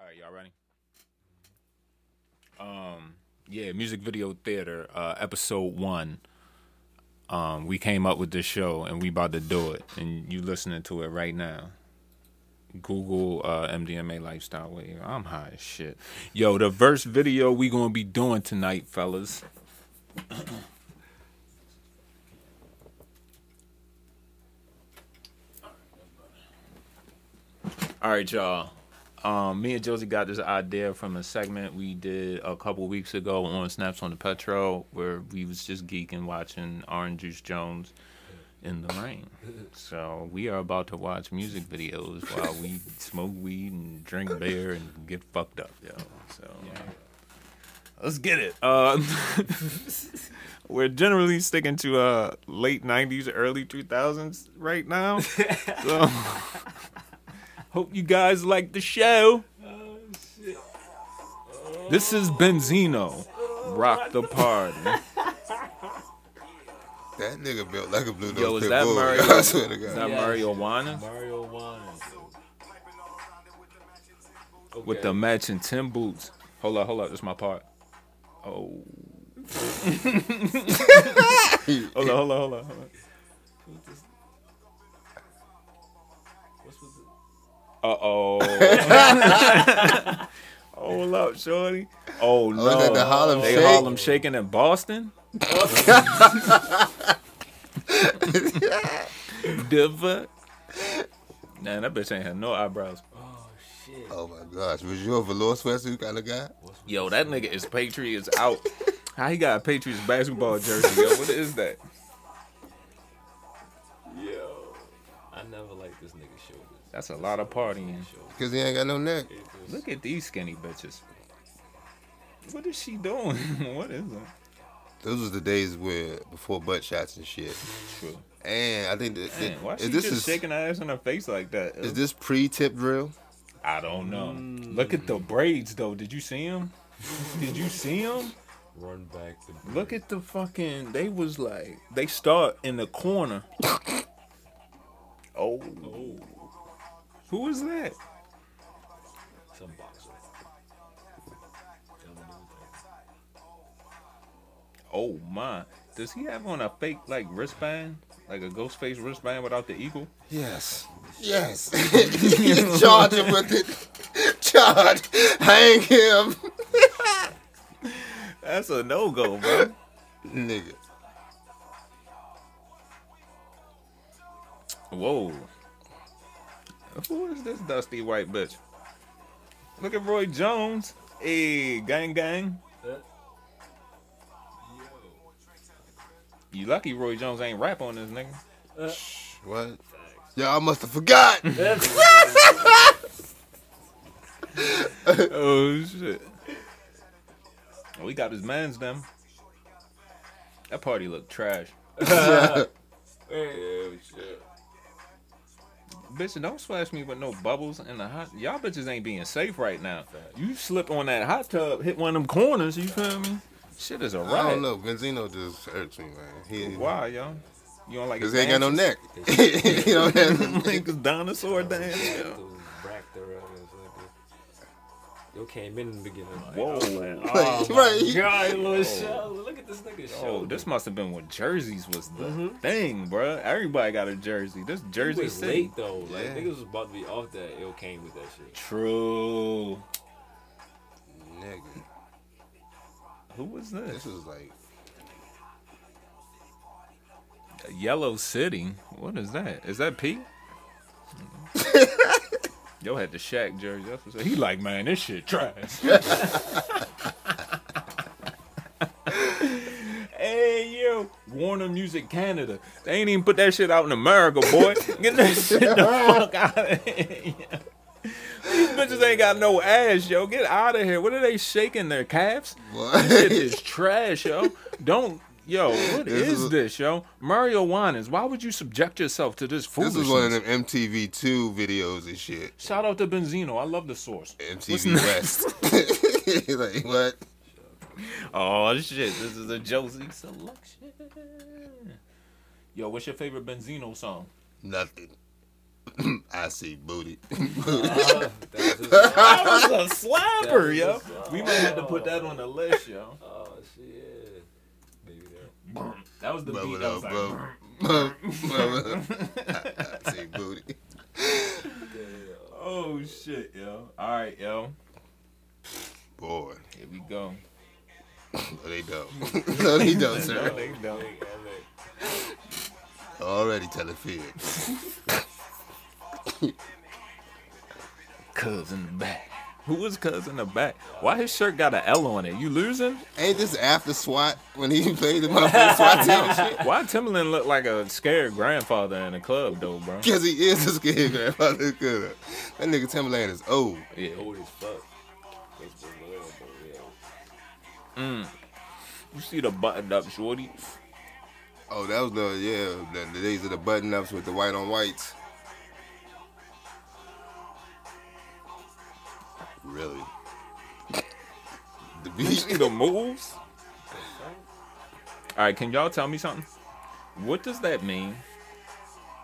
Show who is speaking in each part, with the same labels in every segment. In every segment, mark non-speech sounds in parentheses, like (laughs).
Speaker 1: right, y'all ready? Um, yeah, music video theater, uh, episode one. Um, we came up with this show and we about to do it, and you listening to it right now. Google uh, MDMA lifestyle wave. I'm high as shit. Yo, the first video we gonna be doing tonight, fellas. (coughs) All right, y'all. Um, me and Josie got this idea from a segment we did a couple weeks ago on Snaps on the Petro, where we was just geeking watching Orange Juice Jones in the rain. So we are about to watch music videos while we smoke weed and drink beer and get fucked up, yo. So let's get it. Uh, (laughs) we're generally sticking to uh, late '90s, early 2000s right now. So. Hope you guys like the show. This is Benzino. Rock the party.
Speaker 2: That nigga built like a blue nose.
Speaker 1: Yo, is
Speaker 2: pit
Speaker 1: that
Speaker 2: bull,
Speaker 1: Mario?
Speaker 2: (laughs) I swear to
Speaker 1: Is
Speaker 2: God.
Speaker 1: that
Speaker 3: Yes.
Speaker 1: Mario Wana
Speaker 3: Mario Wine.
Speaker 1: with the matching Tim boots? Hold up, hold up. This my part. Oh. hold up, hold up, hold up. Hold
Speaker 3: What's with the,
Speaker 1: up. Uh oh. Hold up, shorty. Oh no.
Speaker 2: is that the Harlem
Speaker 1: they
Speaker 2: Shake?
Speaker 1: Harlem shaking in Boston.
Speaker 2: (laughs)
Speaker 1: Diva. Nah, that bitch ain't had no eyebrows.
Speaker 3: oh shit.
Speaker 2: Oh my gosh, was you a velour sweatsuit kind of guy?
Speaker 1: Yo, that nigga is Patriots out. How he got a Patriots basketball jersey? Yo, what is that?
Speaker 3: Yo. I never liked this nigga shoulders.
Speaker 1: That's a lot of partying.
Speaker 3: Shoulders.
Speaker 2: Cause he ain't got no neck.
Speaker 3: It was-
Speaker 1: Look at these skinny bitches. What is she doing? (laughs) what is that?
Speaker 2: Those was the days where before butt shots and shit.
Speaker 1: True.
Speaker 2: And I think that, that-
Speaker 1: Man, why
Speaker 2: is
Speaker 1: she
Speaker 2: this
Speaker 1: just
Speaker 2: is
Speaker 1: shaking her ass in her face like that?
Speaker 2: is this pre-tip drill?
Speaker 1: I don't know. Look at the braids though. Did you see him? Did you see him?
Speaker 3: Run back the.
Speaker 1: Look at the fucking. They was like they start in the corner. oh. Who is that?
Speaker 3: some boxer. Tell me what
Speaker 1: Oh my. Does he have on a fake like wristband? Like a ghost face wristband without the eagle?
Speaker 2: Yes. Yes. (laughs) Charge him with it. Charge. Hang him.
Speaker 1: That's a no go, bro.
Speaker 2: Nigga.
Speaker 1: Whoa. Who is this dusty white bitch? Look at Roy Jones. Hey, gang gang.
Speaker 3: they think.
Speaker 1: You lucky Roy Jones ain't rap on this nigga.
Speaker 2: What? Y'all must have
Speaker 1: (laughs)
Speaker 2: forgot. (laughs)
Speaker 1: oh shit. Oh, we got his man's them. That party looked trash.
Speaker 3: Yo. shit.
Speaker 1: Bitch, don't splash me with no bubbles in the hot. Y'all bitches ain't being safe right now. You slip on that hot tub, hit one of them corners. You feel me? Shit is a riot.
Speaker 2: I don't know. Benzino just irks me, man. He,
Speaker 1: Why, yo? You don't like?
Speaker 2: Cause
Speaker 1: his
Speaker 2: he ain't got no
Speaker 1: dances?
Speaker 2: neck. (laughs) you know what I mean?
Speaker 1: (laughs) Like his dinosaur dance. yo.
Speaker 3: Those racked around us like this. Yo came in in the beginning. Like,
Speaker 1: Whoa.
Speaker 3: Oh, man.
Speaker 2: Like,
Speaker 3: Oh,
Speaker 2: right.
Speaker 3: my God, little
Speaker 1: Oh.
Speaker 3: show. Look at this nigga show.
Speaker 1: Oh, this must have been when jerseys was the thing, bruh. Everybody got a jersey. This
Speaker 3: Mm-hmm. It
Speaker 1: Jersey
Speaker 3: was
Speaker 1: City.
Speaker 3: late though. Like
Speaker 2: Yeah.
Speaker 3: niggas was about to be off that. Yo came with that
Speaker 1: (laughs)
Speaker 3: shit.
Speaker 1: True.
Speaker 2: Nigga.
Speaker 1: Who was this?
Speaker 2: This is like
Speaker 1: Yellow City. What is that? Is that (laughs) Pete? Yo had the Shaq jersey. That's what's up. He like, man, this shit trash. (laughs) hey yo, Warner Music Canada. They ain't even put that shit out in America, (laughs) boy. Get that shit the fuck out of here. (laughs) These bitches ain't got no ass, yo. Get out of here. What are they shaking their calves?
Speaker 2: what?
Speaker 1: shit is trash, yo. Don't, yo. What
Speaker 2: This
Speaker 1: is
Speaker 2: is-
Speaker 1: this, yo? Mario Juanes, why would you subject yourself to this
Speaker 2: (laughs) This
Speaker 1: foolishness?
Speaker 2: is one of them MTV two videos and shit.
Speaker 1: Shout out to Benzino. I love the source.
Speaker 2: MTV West. (laughs) like what?
Speaker 1: Oh shit, this is a Josie selection. Yo, what's your favorite Benzino song?
Speaker 2: Nothing. (clears throat) I see booty. (laughs)
Speaker 3: Uh, that's
Speaker 1: (laughs)
Speaker 3: just-
Speaker 1: That was a slapper, yo.
Speaker 3: That was a-
Speaker 1: We might have to put that on the list, yo.
Speaker 3: oh shit. Maybe that.
Speaker 1: That was the
Speaker 2: Bubble
Speaker 1: beat. That was
Speaker 2: up,
Speaker 1: like,
Speaker 2: bubble. Bubble up. I I see booty.
Speaker 3: Damn.
Speaker 1: oh shit, yo. All right, yo.
Speaker 2: Boy,
Speaker 1: Here we go.
Speaker 2: no, they don't. (laughs) no, they don't,
Speaker 1: No,
Speaker 2: sir.
Speaker 1: they don't.
Speaker 3: Big LA.
Speaker 2: Already telefield.
Speaker 1: Cuz in the back. Who was Cuz in the back? Why his shirt got an L on it? You losing?
Speaker 2: Ain't this after SWAT when he (laughs) played the motherfucking SWAT team and
Speaker 1: (laughs)
Speaker 2: shit?
Speaker 1: Why Timberland look like a scared grandfather in the club though, bro?
Speaker 2: Because (laughs) he is a scared grandfather. (laughs) 'cause, uh, That nigga Timberland is old.
Speaker 1: Yeah.
Speaker 3: Old as fuck. That's been loyal, but yeah.
Speaker 1: You see the buttoned up shorty?
Speaker 2: Oh, that was the, yeah, the, the days of the button ups with the white on whites. (laughs) Really? the
Speaker 1: You
Speaker 2: beat.
Speaker 1: see the moves? All right, can y'all tell me something? What does that mean?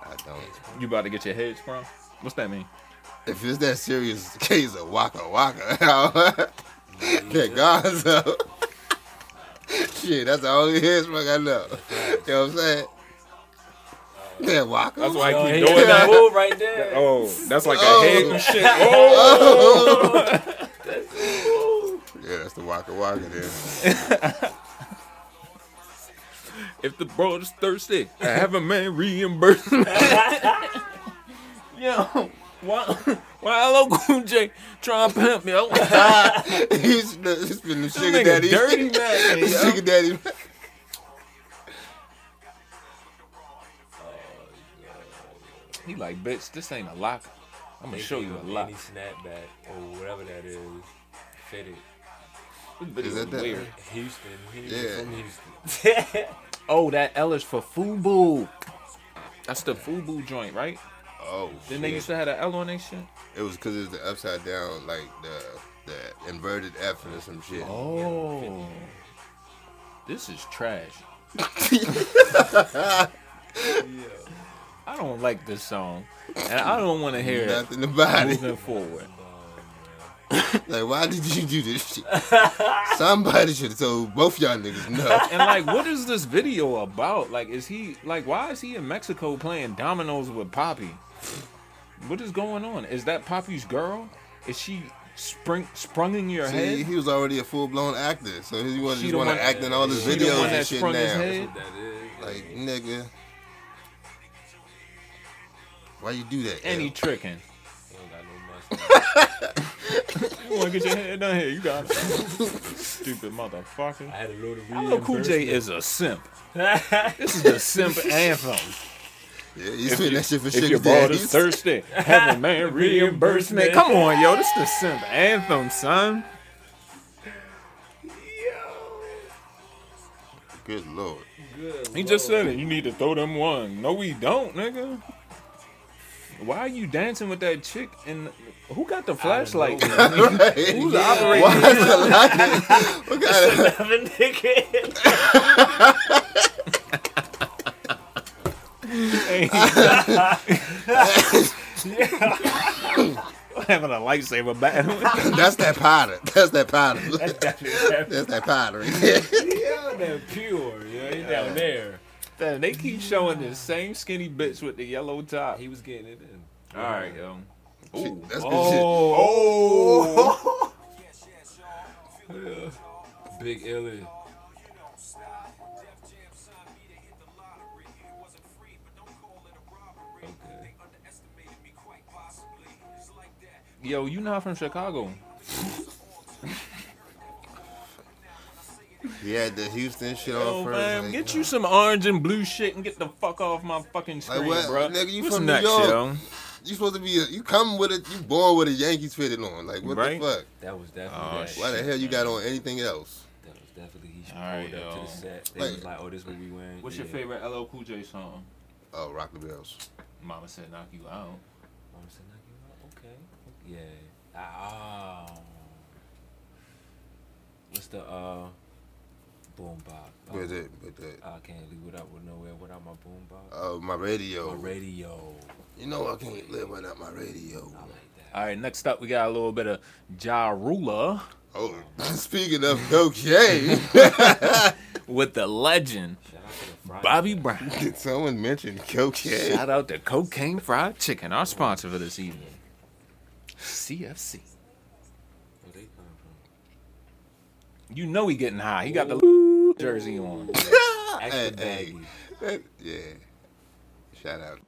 Speaker 2: I don't.
Speaker 1: You about to get your head sprung? What's that mean?
Speaker 2: If it's that serious case of Waka (laughs) Waka, that God's up. Shit, that's the only headsprung I know. You know what I'm saying? That Waka.
Speaker 1: That's why I
Speaker 3: Oh,
Speaker 1: keep
Speaker 3: he
Speaker 1: doing
Speaker 3: got
Speaker 1: that.
Speaker 3: move right there.
Speaker 1: Oh, that's like
Speaker 2: Oh.
Speaker 1: a head and shit. Oh,
Speaker 2: Yeah, that's the Waka Waka there.
Speaker 1: if the broad is thirsty, I have a man (laughs) reimbursed. yo, why, why Hello Cool J trying to pimp yo? This
Speaker 2: He's the, he's been the sugar
Speaker 1: nigga
Speaker 2: daddy. (laughs)
Speaker 1: dirty (laughs) man,
Speaker 2: The sugar
Speaker 1: yo.
Speaker 2: daddy.
Speaker 1: He like, bitch, this ain't a locker. I'm gonna
Speaker 3: They
Speaker 1: show
Speaker 3: gave
Speaker 1: you a
Speaker 3: him
Speaker 1: lot.
Speaker 3: Any snapback or whatever that is, fitted.
Speaker 1: This video
Speaker 2: Is that
Speaker 1: was
Speaker 2: that-
Speaker 1: weird.
Speaker 3: Houston. He was
Speaker 2: Yeah.
Speaker 3: from Houston.
Speaker 1: Oh, that L is for FUBU. That's the FUBU joint, right?
Speaker 2: Oh,
Speaker 1: Then they
Speaker 2: shit.
Speaker 1: used to have an L on their shit.
Speaker 2: It was because it was the upside down, like the the inverted F or some shit.
Speaker 1: Oh, this is trash. I don't like this song, and I don't want to hear it
Speaker 2: Nothing about it.
Speaker 1: moving forward.
Speaker 2: Like, why did you do
Speaker 1: (laughs)
Speaker 2: this shit? Somebody should have told both y'all niggas no.
Speaker 1: And like, what is this video about? Like, is he like, why is he in Mexico playing dominoes with Poppy? What is going on? Is that Poppy's girl? Is she spring sprung in your
Speaker 2: See,
Speaker 1: head?
Speaker 2: he was already a full blown actor, so he was
Speaker 1: She
Speaker 2: just
Speaker 1: the
Speaker 2: want
Speaker 1: one-
Speaker 2: to act in all his
Speaker 1: she the
Speaker 2: videos
Speaker 1: one
Speaker 2: and
Speaker 1: that
Speaker 2: shit
Speaker 1: sprung his
Speaker 2: now.
Speaker 1: head?
Speaker 3: That's what that is.
Speaker 2: Like, nigga, why you do that?
Speaker 1: And he
Speaker 2: L?
Speaker 1: tricking. (laughs)
Speaker 3: He don't got no mustache.
Speaker 1: You want to get your head down here? You got it. Stupid motherfucker.
Speaker 3: I had a load of
Speaker 1: Hello Cool J
Speaker 3: reimbursement.
Speaker 1: is a simp. This is the simp (laughs) anthem.
Speaker 2: yeah, you spit that shit for
Speaker 1: If your
Speaker 2: sugar
Speaker 1: ball is
Speaker 2: daddies.
Speaker 1: thirsty, have a (laughs) man reimbursement. Come on, yo, this is the simp anthem, son.
Speaker 2: Good lord. (laughs)
Speaker 3: Good
Speaker 1: He just
Speaker 3: lord.
Speaker 1: said it. You need to throw them one. No, we don't, nigga. Why are you dancing with that chick? And who got the flashlight?
Speaker 3: nowhere.
Speaker 1: (laughs) Who's
Speaker 2: Why
Speaker 1: operating?
Speaker 2: is (laughs) the light? What kind of
Speaker 3: Have a nigga.
Speaker 1: Having a lightsaber battle. (laughs)
Speaker 2: That's that powder. That's that powder. (laughs)
Speaker 3: That
Speaker 2: That's that powder. (laughs) Yeah.
Speaker 3: pure, yeah, he down there.
Speaker 1: Damn, they keep showing the same skinny bitch with the yellow top.
Speaker 3: He was getting it in.
Speaker 1: All right, yo. Ooh.
Speaker 2: That's good shit.
Speaker 1: Oh.
Speaker 3: Yeah. Big Illy. Okay.
Speaker 1: Yo, you not from Chicago.
Speaker 2: He had the Houston shit
Speaker 1: Yo,
Speaker 2: on first.
Speaker 1: man,
Speaker 2: like,
Speaker 1: get you some orange and blue shit and get the fuck off my fucking screen,
Speaker 2: what?
Speaker 1: bro.
Speaker 2: Nigga, you
Speaker 1: What's
Speaker 2: from New
Speaker 1: next,
Speaker 2: York.
Speaker 1: yo?
Speaker 2: You supposed to be. A, you come with it. You born with a Yankees fitted on. Like what
Speaker 1: Right?
Speaker 2: the fuck?
Speaker 3: That was definitely
Speaker 1: Oh,
Speaker 3: that.
Speaker 1: shit.
Speaker 2: Why the hell you got on anything else?
Speaker 3: That was definitely he should
Speaker 1: All right,
Speaker 3: pulled up to
Speaker 1: yo.
Speaker 3: the set. They
Speaker 2: Like-
Speaker 3: was like, oh, this what we win.
Speaker 1: What's
Speaker 3: yeah.
Speaker 1: your favorite LL Cool J song?
Speaker 2: Oh, rock the bells.
Speaker 1: Mama said knock you out.
Speaker 3: Mom said, knock you out. Okay. Yeah. Ah. oh. What's the uh? Boom bop.
Speaker 1: Oh.
Speaker 2: With it, with that.
Speaker 3: I can't leave without with nowhere without my boom bop.
Speaker 2: Oh, my radio.
Speaker 3: My radio.
Speaker 2: You know I can't live without my radio.
Speaker 1: All right, next up, we got a little bit of Ja Rula
Speaker 2: Oh, (laughs) speaking of
Speaker 1: (laughs)
Speaker 2: cocaine,
Speaker 1: with the legend,
Speaker 3: Shout out to the Friday.
Speaker 1: Bobby Brown.
Speaker 2: did someone mention cocaine?
Speaker 1: Shout out to Cocaine Fried Chicken, our sponsor for this evening. CFC.
Speaker 3: Where they come from?
Speaker 1: You know he getting high. He got the jersey on.
Speaker 3: Extra
Speaker 2: Hey, hey.
Speaker 3: baggy.
Speaker 2: That- (laughs) yeah. Shout out.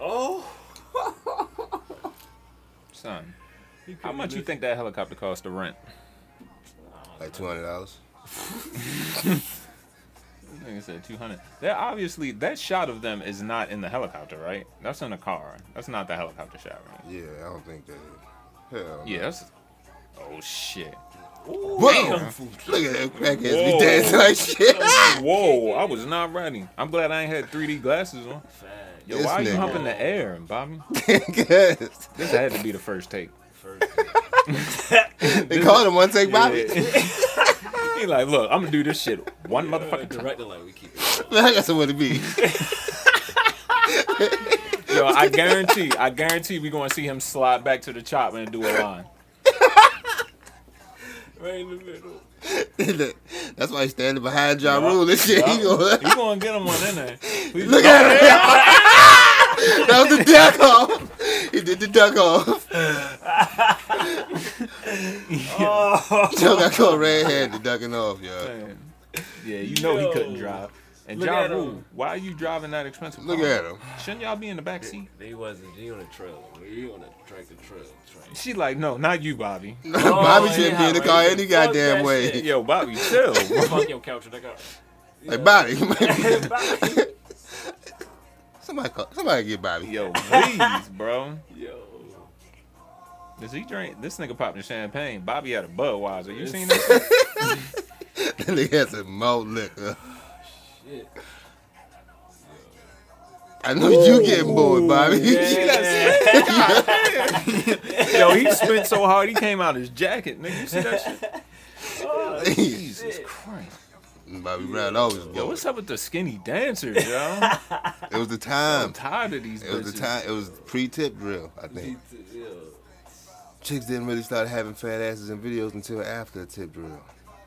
Speaker 3: Oh.
Speaker 1: Son, how much you think that helicopter cost to rent?
Speaker 2: Like two hundred dollars.
Speaker 1: Like I said, 200. That obviously, that shot of them is not in the helicopter, right? That's in the car. That's not the helicopter shot, right?
Speaker 2: Yeah, I don't think that. Hell.
Speaker 1: Yeah, that's. Oh, shit.
Speaker 2: No. Whoa! Look at that crackheads be dancing like shit.
Speaker 1: Whoa, I was not ready. I'm glad I ain't had 3D glasses on.
Speaker 3: Fag.
Speaker 1: Yo,
Speaker 2: This
Speaker 1: why are you
Speaker 2: nigga.
Speaker 1: humping the air, Bobby?
Speaker 3: (laughs)
Speaker 2: Yes.
Speaker 1: This had to be the first take.
Speaker 3: First.
Speaker 2: (laughs) they called him one take Bobby.
Speaker 1: he like, look, I'm gonna do this shit one
Speaker 3: Motherfucking
Speaker 1: motherfucking time.
Speaker 3: director like we keep it.
Speaker 2: (laughs) Man, I got somewhere to be. (laughs)
Speaker 1: Yo,
Speaker 2: (laughs)
Speaker 1: I guarantee, I guarantee we gonna see him slide back to the chop and do a line.
Speaker 3: Right in the middle.
Speaker 2: That's why he's standing behind Ja Rule and shit. (laughs) He gonna, (laughs)
Speaker 1: You gonna get him one in there. We-
Speaker 2: look at him. (laughs) that was the duck off. He did the duck
Speaker 3: (laughs)
Speaker 2: off.
Speaker 3: Oh.
Speaker 2: Joe got caught red-handed ducking off, yo.
Speaker 1: Man. Yeah, you know he couldn't
Speaker 3: Yo.
Speaker 1: drive. And
Speaker 3: Look
Speaker 1: John
Speaker 3: at
Speaker 1: Rule,
Speaker 3: him.
Speaker 1: why are you driving that expensive?
Speaker 2: Look
Speaker 1: car?
Speaker 2: at him.
Speaker 1: Shouldn't y'all be in the back seat?
Speaker 3: They wasn't. They on a trailer. We on a tractor trailer train.
Speaker 1: She like, no, not you, Bobby.
Speaker 2: Bobby shouldn't be in the
Speaker 3: Oh, yeah,
Speaker 2: car
Speaker 3: right.
Speaker 2: any
Speaker 3: Fuck
Speaker 2: goddamn
Speaker 3: that
Speaker 2: way.
Speaker 3: shit.
Speaker 1: Yo, Bobby,
Speaker 2: (laughs)
Speaker 1: chill.
Speaker 3: Fuck your couch, nigga.
Speaker 2: Like Bobby. (laughs)
Speaker 3: Bobby.
Speaker 2: somebody call, somebody get Bobby.
Speaker 1: Yo, please, bro.
Speaker 3: Yo.
Speaker 1: Does he drink? This nigga popped the champagne. Bobby had a Budweiser. You seen
Speaker 3: (laughs)
Speaker 1: this?
Speaker 2: (laughs) That nigga had some malt liquor.
Speaker 3: Shit.
Speaker 2: I know you getting bored, Bobby. (laughs)
Speaker 1: Yeah. Yo, he spent so hard he came out his jacket, nigga. You see that shit? Jesus Christ.
Speaker 2: (laughs) Bobby Brown always
Speaker 1: Yo,
Speaker 2: bored.
Speaker 1: what's up with the skinny dancers, yo?
Speaker 2: It was the
Speaker 1: I'm
Speaker 2: time.
Speaker 1: tired of these
Speaker 2: It was the
Speaker 1: bitches.
Speaker 2: time. It was pre-tip drill, I
Speaker 3: Yo.
Speaker 2: think. Chicks didn't really start having fat asses in videos until after tip drill.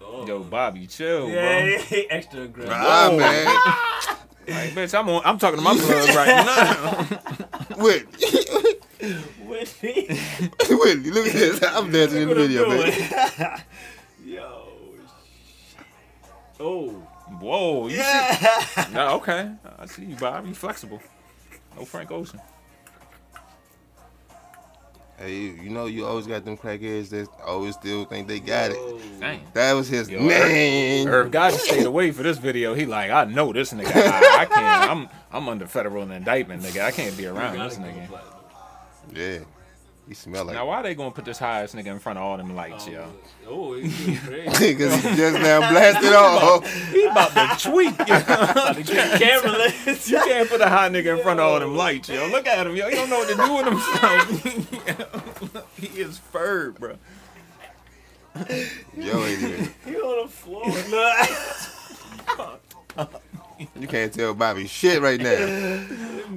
Speaker 3: Oh.
Speaker 1: Yo, Bobby, chill, bro.
Speaker 3: Yeah, extra aggressive.
Speaker 2: Ah man, (laughs)
Speaker 1: Like, bitch, I'm on, I'm talking to my plug (laughs) right now.
Speaker 2: wait, (laughs)
Speaker 3: With me.
Speaker 2: wait, look at this. I'm dancing in the
Speaker 3: What I'm
Speaker 2: video, man.
Speaker 3: doing. (laughs) Yo. shit. Oh.
Speaker 1: Whoa, you
Speaker 3: Yeah.
Speaker 1: see? Nah, okay, I see you, Bobby. Flexible. No Frank Ocean.
Speaker 2: Hey, you, you know you always got them crackheads that always still think they got
Speaker 3: oh.
Speaker 2: it.
Speaker 1: Dang.
Speaker 2: That was his
Speaker 1: Yo,
Speaker 2: name.
Speaker 1: Irv Gotti stayed away for this video. He like, I know this nigga. I, I can't. I'm I'm under federal indictment, nigga. I can't be around this nigga.
Speaker 2: Yeah, he smell like.
Speaker 1: Now, why they gonna put this high ass nigga in front of all them lights, yo?
Speaker 3: Oh, it's crazy.
Speaker 2: Because he just
Speaker 3: (laughs)
Speaker 2: now blasted off.
Speaker 1: He about to tweak. You, know?
Speaker 3: Camera lens.
Speaker 1: (laughs) you can't put a high nigga in front of all them lights, yo. Look at him, yo. He don't know what to do with himself. (laughs) he is furred, bro.
Speaker 2: Yo, ain't even.
Speaker 3: You on the floor. (laughs) Look.
Speaker 2: You can't tell Bobby shit right now.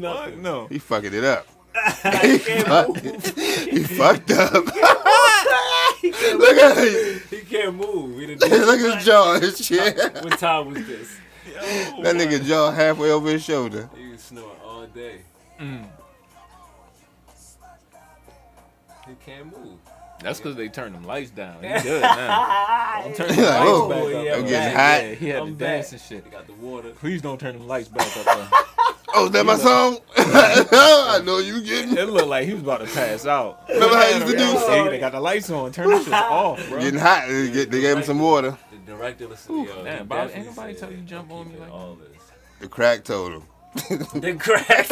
Speaker 1: Fuck no.
Speaker 2: He fucking it
Speaker 3: (laughs)
Speaker 2: up.
Speaker 3: He can't move.
Speaker 2: He fucked
Speaker 3: (laughs)
Speaker 2: up. look at him. (laughs)
Speaker 3: He can't move. We done did-
Speaker 2: Look at his jaw and shit. That
Speaker 3: What time was this? Yo,
Speaker 2: nigga jaw halfway over his shoulder.
Speaker 3: He was snoring all day. He can't move.
Speaker 1: That's because they turned them lights down. (laughs) He good now. Don't turn them
Speaker 2: Like,
Speaker 1: lights
Speaker 2: oh,
Speaker 1: back up.
Speaker 3: yeah,
Speaker 1: though.
Speaker 3: I'm
Speaker 2: getting
Speaker 1: Yeah,
Speaker 2: hot.
Speaker 1: he had
Speaker 3: I'm
Speaker 1: to dance and
Speaker 3: back.
Speaker 1: shit.
Speaker 3: He got the water.
Speaker 1: Please don't turn them lights back up. Though. (laughs)
Speaker 2: Oh, is that my
Speaker 3: (laughs)
Speaker 2: song? (laughs) I know you getting.
Speaker 1: It looked like he was about to pass out.
Speaker 2: Remember how he used to do?
Speaker 1: Hey, they got the lights on. Turn
Speaker 2: (laughs)
Speaker 1: this shit off, bro.
Speaker 2: Getting hot. They get- they gave him some water.
Speaker 3: The uh, director listened to yo.
Speaker 1: damn,
Speaker 3: he
Speaker 1: Bob, ain't
Speaker 3: definitely
Speaker 1: nobody tell you jump
Speaker 3: I'm
Speaker 1: on me
Speaker 3: keeping
Speaker 1: like
Speaker 3: all
Speaker 1: (laughs)
Speaker 3: this.
Speaker 2: The crack told him.
Speaker 3: The crack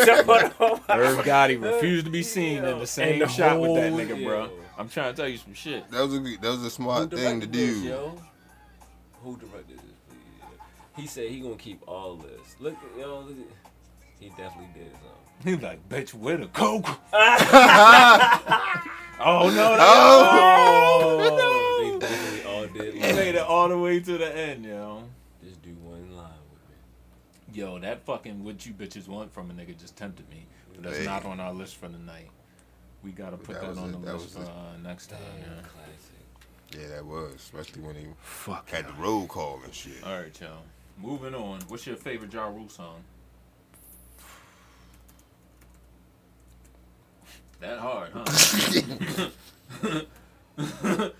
Speaker 3: on
Speaker 1: Irv Gotti refused to be seen in the same
Speaker 3: And the
Speaker 1: shot with that
Speaker 3: whole-
Speaker 1: nigga, bro.
Speaker 3: yeah.
Speaker 1: I'm trying to tell you some shit.
Speaker 2: That was a that was a smart thing to
Speaker 3: This,
Speaker 2: do.
Speaker 3: yo? Who directed this? please? He said he gonna keep all this. Look, at- yo, look at- he definitely did something.
Speaker 1: He like, bitch, with a coke.
Speaker 2: Ah,
Speaker 1: Oh no, (laughs)
Speaker 3: Oh, they definitely all did.
Speaker 1: he made it
Speaker 3: Like,
Speaker 1: all the way to the end, yo.
Speaker 3: just do one line with me.
Speaker 1: Yo, that fucking what you bitches want from a nigga just tempted me. But that's
Speaker 2: Hey.
Speaker 1: not on our list for the night. We gotta put
Speaker 2: That
Speaker 1: that,
Speaker 2: was
Speaker 1: on
Speaker 2: it,
Speaker 1: the
Speaker 2: that
Speaker 1: list
Speaker 2: was
Speaker 1: for
Speaker 2: it.
Speaker 1: uh, next time.
Speaker 3: Damn,
Speaker 1: Yeah.
Speaker 3: classic.
Speaker 2: (laughs) Yeah, that was especially when he
Speaker 1: Fuck.
Speaker 2: had the roll call and shit.
Speaker 1: All right, y'all. Moving on. What's your favorite Ja Rule song? That hard,
Speaker 3: (laughs)
Speaker 1: huh? (laughs)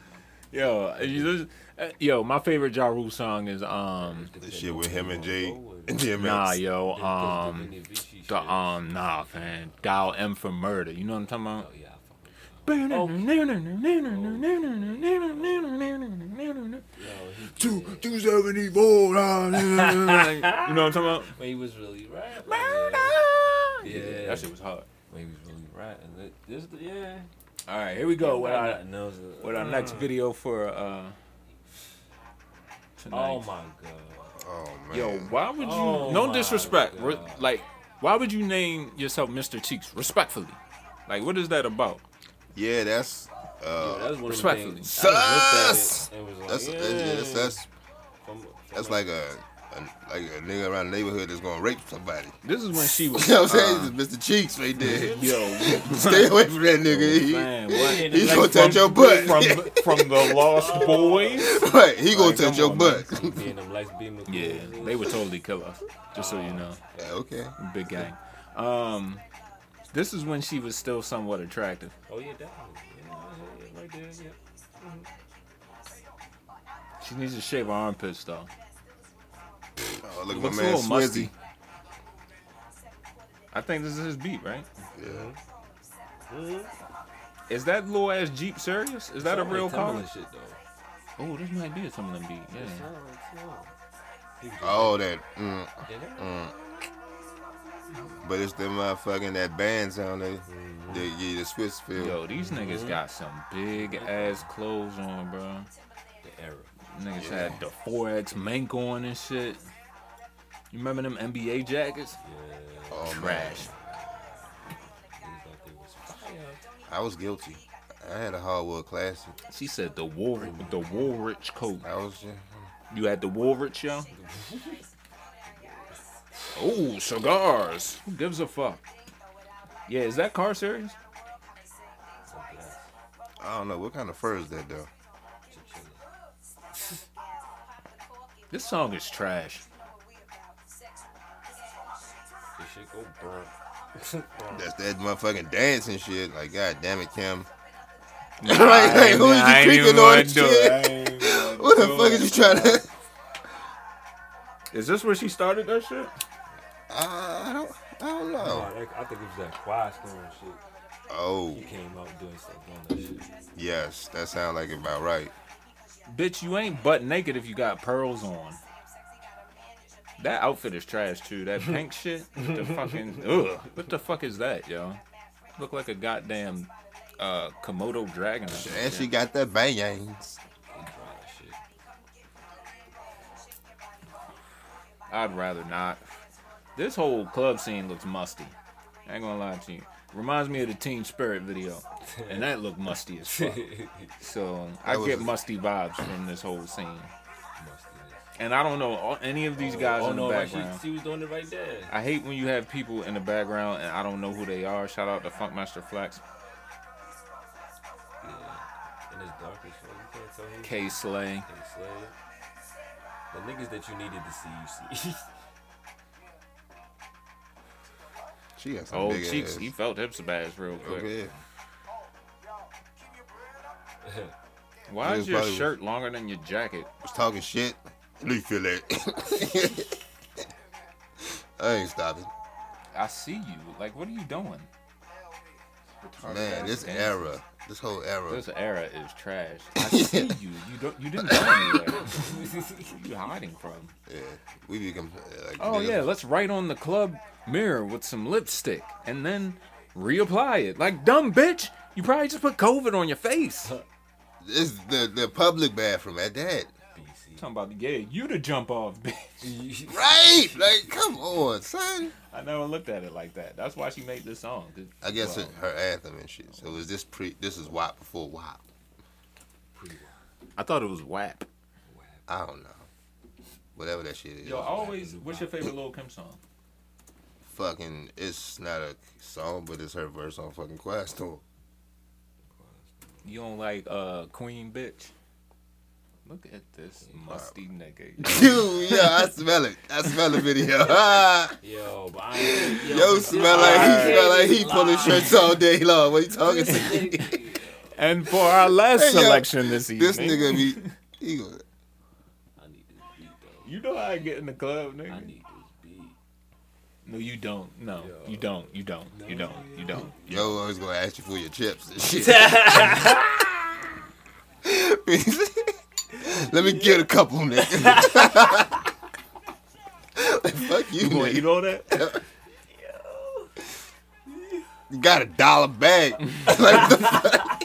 Speaker 1: yo, if you listen- uh, yo, my favorite Ja Rule song is um
Speaker 2: The shit with him and Jay and
Speaker 3: The,
Speaker 2: DMX.
Speaker 1: nah yo um
Speaker 3: Vinny Vici shit.
Speaker 1: the um nah man dial M for murder. You know what I'm talking
Speaker 3: Oh
Speaker 1: about?
Speaker 3: yeah, I fuck with him. Yo, he
Speaker 2: Two,
Speaker 3: did.
Speaker 2: two seventy four.
Speaker 3: (laughs)
Speaker 1: you know what I'm talking about?
Speaker 3: When he was really right.
Speaker 1: Yeah, that shit was hard.
Speaker 3: When he was really right. And that, this, yeah.
Speaker 1: All right, here we go with our
Speaker 3: knows
Speaker 1: with our next video for uh
Speaker 3: Oh
Speaker 1: tonight.
Speaker 3: my god.
Speaker 2: Oh man.
Speaker 1: Yo, why would you?
Speaker 3: Oh
Speaker 1: no
Speaker 3: my
Speaker 1: disrespect. re-
Speaker 3: God.
Speaker 1: like, why would you name yourself Mr. Cheeks respectfully? Like, what is that about?
Speaker 2: Yeah, that's uh,
Speaker 3: Yo, that was one of the
Speaker 1: respectfully.
Speaker 3: things. I
Speaker 2: Sus!
Speaker 3: just looked at it and was like,
Speaker 2: that's,
Speaker 3: yeah.
Speaker 2: that's, that's that's
Speaker 3: From- from
Speaker 2: that's
Speaker 3: a-
Speaker 2: like a, a like a nigga around the neighborhood that's gonna rape somebody. (laughs)
Speaker 1: This is when she was.
Speaker 2: You know what I'm saying?
Speaker 1: uh,
Speaker 2: This is Mr. Cheeks right there.
Speaker 1: yo,
Speaker 2: Stay away from that nigga. (laughs) He,
Speaker 1: man, what?
Speaker 2: He's
Speaker 3: Like
Speaker 2: gonna
Speaker 1: from,
Speaker 2: touch your butt.
Speaker 1: from from the Lost Boys.
Speaker 2: (laughs) right, he gonna
Speaker 1: Like,
Speaker 2: touch
Speaker 1: come
Speaker 2: your
Speaker 1: on,
Speaker 2: butt.
Speaker 3: Being them lights, being the
Speaker 1: Yeah,
Speaker 3: cool.
Speaker 1: they would totally kill us. Just so you know,
Speaker 2: (laughs) Yeah, okay.
Speaker 1: big gang. Um, this is when she was still somewhat attractive.
Speaker 3: Oh yeah, definitely. Yeah, yeah, right there. Yeah.
Speaker 1: She needs to shave her armpits though.
Speaker 2: Oh, look at my
Speaker 1: Looks a
Speaker 2: man
Speaker 1: little
Speaker 2: Swizzy.
Speaker 1: musty. I think this is his beat, right?
Speaker 2: Yeah.
Speaker 1: Is that little ass Jeep serious? Is that a
Speaker 3: Sound like
Speaker 1: real car?
Speaker 3: Timberland shit though.
Speaker 1: Oh, this might be a Timberland beat.
Speaker 3: It
Speaker 1: Yeah.
Speaker 3: sound like Timberland. He was
Speaker 2: Oh, that. Mm,
Speaker 3: just- Yeah, that-
Speaker 2: mm. But it's them motherfucking that band sound they they give you the Swiss feel.
Speaker 1: Yo, these niggas got some big ass clothes on, bro.
Speaker 3: The era.
Speaker 1: Niggas
Speaker 2: Yeah.
Speaker 1: had the 4X mink on and shit. You remember them NBA jackets?
Speaker 3: Yeah.
Speaker 2: oh,
Speaker 1: Trash.
Speaker 3: Things like it was fire.
Speaker 2: Man. I was guilty. I had a hardwood classic.
Speaker 1: She said the War the Woolrich coat.
Speaker 2: I was just.
Speaker 1: You had the Woolrich, yo? oh, cigars. Who gives a fuck? Yeah, is that car serious?
Speaker 3: Something else.
Speaker 2: I don't know what kind of fur is that though.
Speaker 3: Chinchilla.
Speaker 1: This song is trash.
Speaker 3: This shit go (laughs) burn.
Speaker 2: That's that motherfucking dancing shit. Like, god damn it, Kim.
Speaker 1: Like,
Speaker 2: (laughs) Like, like, who is you creeping on and shit? (laughs) What the fuck is you trying to?
Speaker 1: Is this where she started that shit?
Speaker 2: (laughs) I don't. I don't know.
Speaker 3: Nah, that- I think it was that quiet storm shit.
Speaker 2: Oh
Speaker 3: He came out doing stuff on that shit.
Speaker 2: yes, that sounds like about right.
Speaker 1: Bitch, you ain't butt naked if you got pearls on. That outfit is trash too. That pink shit. The fucking ugh. What the fuck is that, yo? Look like a goddamn uh Komodo dragon. or some
Speaker 2: And she
Speaker 1: shit.
Speaker 2: got the bangs.
Speaker 3: He tried that shit.
Speaker 1: I'd rather not. This whole club scene looks musty. I ain't gonna lie to you. Reminds me of the Team Spirit video, and that looked musty as fuck. So I
Speaker 2: That was
Speaker 1: get
Speaker 2: a-
Speaker 1: musty vibes from this whole scene,
Speaker 3: Must do this.
Speaker 1: and I don't know all- any of these guys
Speaker 3: oh,
Speaker 1: in the
Speaker 3: no, right, she,
Speaker 1: background.
Speaker 3: she was doing it right there.
Speaker 1: I hate when you have people in the background and I don't know who they are. Shout out to Funkmaster Flex,
Speaker 3: Yeah. In his darkest show, you can't tell who.
Speaker 1: K Slay.
Speaker 3: K Slade. The niggas that you needed to see, you see.
Speaker 2: She got some
Speaker 1: Oh,
Speaker 2: big
Speaker 1: cheeks,
Speaker 2: ass.
Speaker 1: he felt hips bass real quick.
Speaker 2: Okay.
Speaker 1: Why
Speaker 2: It
Speaker 1: is
Speaker 2: was
Speaker 1: your
Speaker 2: probably-
Speaker 1: shirt longer than your jacket?
Speaker 2: Was talking shit. Do you feel that? (laughs) I ain't stopping.
Speaker 1: I see you. Like, what are you doing?
Speaker 2: Man, this
Speaker 1: Damn.
Speaker 2: era, this whole era.
Speaker 1: Oh, This era is trash.
Speaker 2: (laughs)
Speaker 1: I see you. You don't. You didn't go anywhere.
Speaker 3: (laughs)
Speaker 1: Where you hiding from?
Speaker 2: Yeah, we be comp- like.
Speaker 1: Oh
Speaker 2: niggas-
Speaker 1: yeah, let's write on the club mirror with some lipstick and then reapply it. Like dumb bitch, you probably just put COVID on your face.
Speaker 2: This the the public bathroom at that.
Speaker 1: Talking about yeah, you to jump off, (laughs) bitch.
Speaker 3: BC.
Speaker 2: Right? Like, come on, son.
Speaker 1: I never looked at it like that. That's why she made this song. 'cause-
Speaker 2: I guess
Speaker 1: well,
Speaker 2: it, her anthem and shit. So is this pre? This is WAP before WAP.
Speaker 1: I thought it was WAP.
Speaker 2: I don't know. whatever that shit is.
Speaker 1: Yo, always. What's your favorite Lil Kim song?
Speaker 2: Fucking, it's not a song, but it's her verse on fucking Quiet (laughs) Storm.
Speaker 1: You don't like uh Queen bitch? Look at this musty nigga.
Speaker 2: Dude, yo, I smell it. I smell the video.
Speaker 3: (laughs) Yo, but I ain't-
Speaker 2: (laughs) yo, smell like he smell like he pulling shirts all day long. What you talking to?
Speaker 1: (laughs) and for our last
Speaker 2: Hey, yo,
Speaker 1: selection this evening,
Speaker 2: this nigga be he go,
Speaker 3: (laughs) I need this beat though.
Speaker 1: You know how I get in the club, nigga.
Speaker 3: I need this beat.
Speaker 1: No, you don't. No,
Speaker 3: Yo.
Speaker 1: you don't. You don't. You don't. You don't.
Speaker 2: yo always gonna ask you for your chips and shit. Let me get a couple, nigga. Like, Fuck you,
Speaker 1: You gonna
Speaker 2: nigga.
Speaker 1: eat all that?
Speaker 2: You got a dollar bag. like the fuck?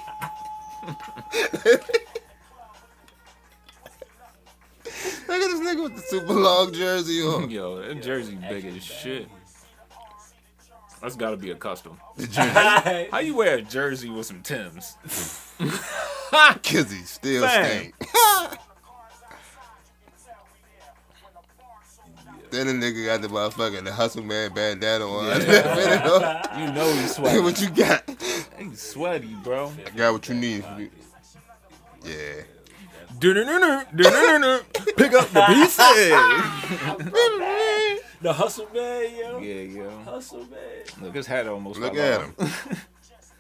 Speaker 2: Look at this nigga with the super long
Speaker 1: (laughs)
Speaker 2: jersey
Speaker 1: (laughs)
Speaker 2: on.
Speaker 1: Yo, that jersey big as shit. That's gotta be a custom. (laughs) How you wear a jersey with some Tims?
Speaker 2: Cause he still
Speaker 1: Bang.
Speaker 2: stink. (laughs) then the nigga got the motherfucking the hustle man bandana on. (laughs)
Speaker 1: You know you
Speaker 2: Hey,
Speaker 1: sweaty.
Speaker 2: (laughs) what you got?
Speaker 1: You sweaty, bro.
Speaker 2: I got what you need. For me. Yeah.
Speaker 1: Pick up (laughs) the pieces.
Speaker 3: The hustle man, yo.
Speaker 1: Yeah, yo.
Speaker 3: Hustle man.
Speaker 1: Look, his hat almost.
Speaker 2: Look
Speaker 1: fell
Speaker 2: at
Speaker 1: off.
Speaker 2: him.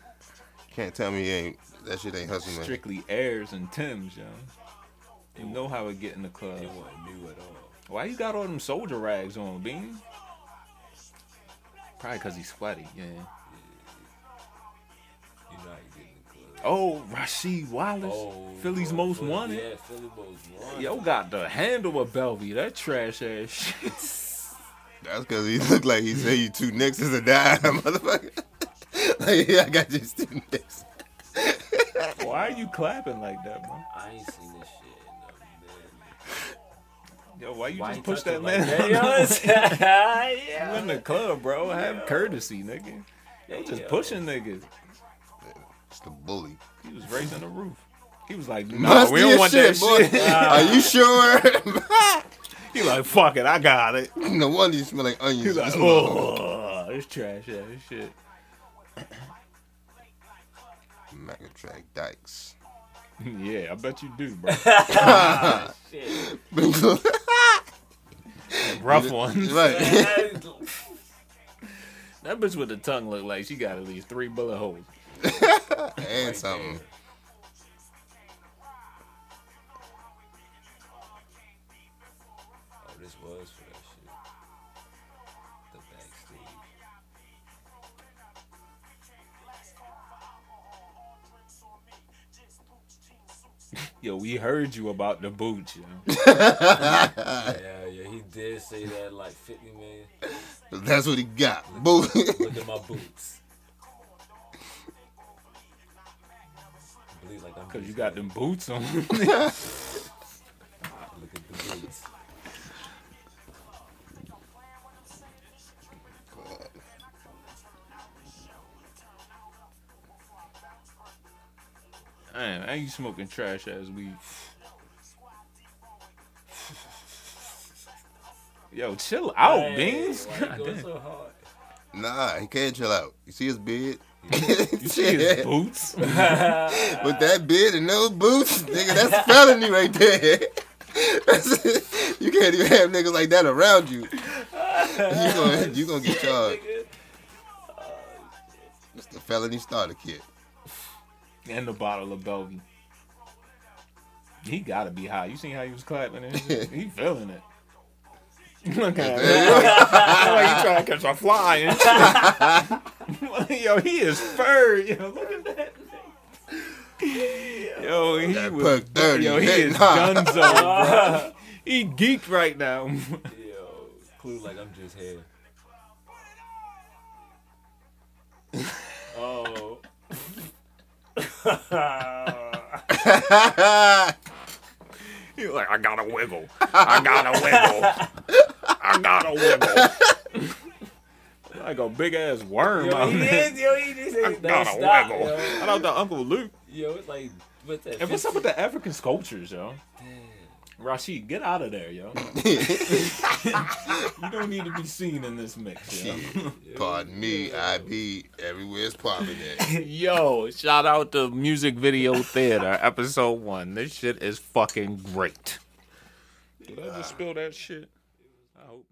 Speaker 2: (laughs) Can't tell me he ain't that shit ain't hustle man.
Speaker 1: Strictly airs and Tims, yo. You know how it get in the club.
Speaker 3: It wasn't new at all.
Speaker 1: Why you got all them soldier rags on, Bean? Probably because he's sweaty, yeah.
Speaker 3: You know how you get in the club.
Speaker 1: Oh, Rasheed Wallace,
Speaker 3: Oh,
Speaker 1: Philly's
Speaker 3: bro,
Speaker 1: most
Speaker 3: Philly-
Speaker 1: wanted.
Speaker 3: Yeah, Philly's most wanted.
Speaker 1: Yo, got the handle of Belvy, that trash ass (laughs) shit.
Speaker 2: That's because he (laughs) looked like he said you two nicks is a dime, (laughs) motherfucker. like, yeah, I got you two nicks.
Speaker 1: Why are you clapping like that, bro?
Speaker 3: I ain't seen this shit in a minute.
Speaker 1: Yo, why you
Speaker 3: Why
Speaker 1: just
Speaker 3: you
Speaker 1: push
Speaker 3: touch
Speaker 1: that
Speaker 3: it like
Speaker 1: man? (laughs)
Speaker 3: that, yo? (laughs) It's-
Speaker 1: You in the club, bro. Have courtesy, nigga. Yo, just
Speaker 3: Yeah.
Speaker 1: pushing niggas.
Speaker 2: It's the bully.
Speaker 1: He was raising the roof. He was like, nah,
Speaker 2: Musty
Speaker 1: we don't
Speaker 2: as
Speaker 1: want that
Speaker 2: boy.
Speaker 1: shit.
Speaker 2: Are you sure?
Speaker 1: (laughs) He like, fuck it, I got it.
Speaker 2: (laughs) no wonder you smell like onions.
Speaker 1: He's like, oh, it's trash ass shit. (laughs) "Oh."
Speaker 2: Macatrack Dykes. (laughs)
Speaker 1: Yeah, I bet you do, bro.
Speaker 3: Shit.
Speaker 1: (laughs)
Speaker 3: (laughs)
Speaker 1: Rough one.
Speaker 2: right.
Speaker 1: That bitch with the tongue look like she got at least three bullet holes.
Speaker 2: And something. (laughs)
Speaker 3: Oh, this was for that shit. The backstage.
Speaker 1: Yo, we heard you about the boots, yo.
Speaker 3: Yeah, yeah, he did say that like 50 million.
Speaker 2: That's what he got. Boo.
Speaker 3: Look at my boots. Believe like I'm.
Speaker 1: Cause you got them boots on.
Speaker 3: Look at the boots.
Speaker 1: Man, I ain't smoking trash ass weed. Yo, chill out,
Speaker 3: Hey,
Speaker 1: Oh, Beans.
Speaker 3: Why
Speaker 1: God
Speaker 3: you going
Speaker 1: damn.
Speaker 3: so hard?
Speaker 2: (laughs) nah, he can't chill out. You see his beard?
Speaker 1: (laughs) You see
Speaker 2: (laughs)
Speaker 1: his boots?
Speaker 2: With that beard and no boots, nigga, that's felony right there. (laughs) That's (laughs) You can't even have niggas like that around you. You gonna, you
Speaker 1: (laughs)
Speaker 2: gonna get charged. It's the felony starter kit. (laughs)
Speaker 1: and the bottle of Belvy. He gotta be high. You seen how he was clapping and shit?
Speaker 2: (laughs)
Speaker 1: He feeling it. (laughs) Look (laughs) at him. like he trying to catch a fly and shit. (laughs) yo, he is fur. Yo, look at that. Yo, he
Speaker 2: That
Speaker 1: was.
Speaker 2: perk dirty.
Speaker 1: yo, he
Speaker 2: Hey,
Speaker 1: is
Speaker 2: nah.
Speaker 1: gunzo,
Speaker 2: (laughs)
Speaker 1: bro. He geeked right now.
Speaker 3: Yo, clue like I'm just here. (laughs) Oh.
Speaker 1: He like, I gotta wiggle. I gotta wiggle. I gotta wiggle. (laughs) like a big ass worm
Speaker 3: Yo,
Speaker 1: out
Speaker 3: he
Speaker 1: there.
Speaker 3: is, yo, he is.
Speaker 1: I
Speaker 3: Don't
Speaker 1: gotta
Speaker 3: stop,
Speaker 1: wiggle.
Speaker 3: Yo.
Speaker 1: Shout out to Uncle Luke.
Speaker 3: yo, it's like, what's that?
Speaker 1: And what's up with the African sculptures, yo? Rashid, get out of there, (laughs) yo. You don't need to be seen in this mix, yo.
Speaker 2: Shit. Pardon me, I be everywhere's popping
Speaker 1: (laughs)
Speaker 2: at.
Speaker 1: Yo, shout out to Music Video Theater, episode one. This shit is fucking great. Did I just spill that shit? I hope not.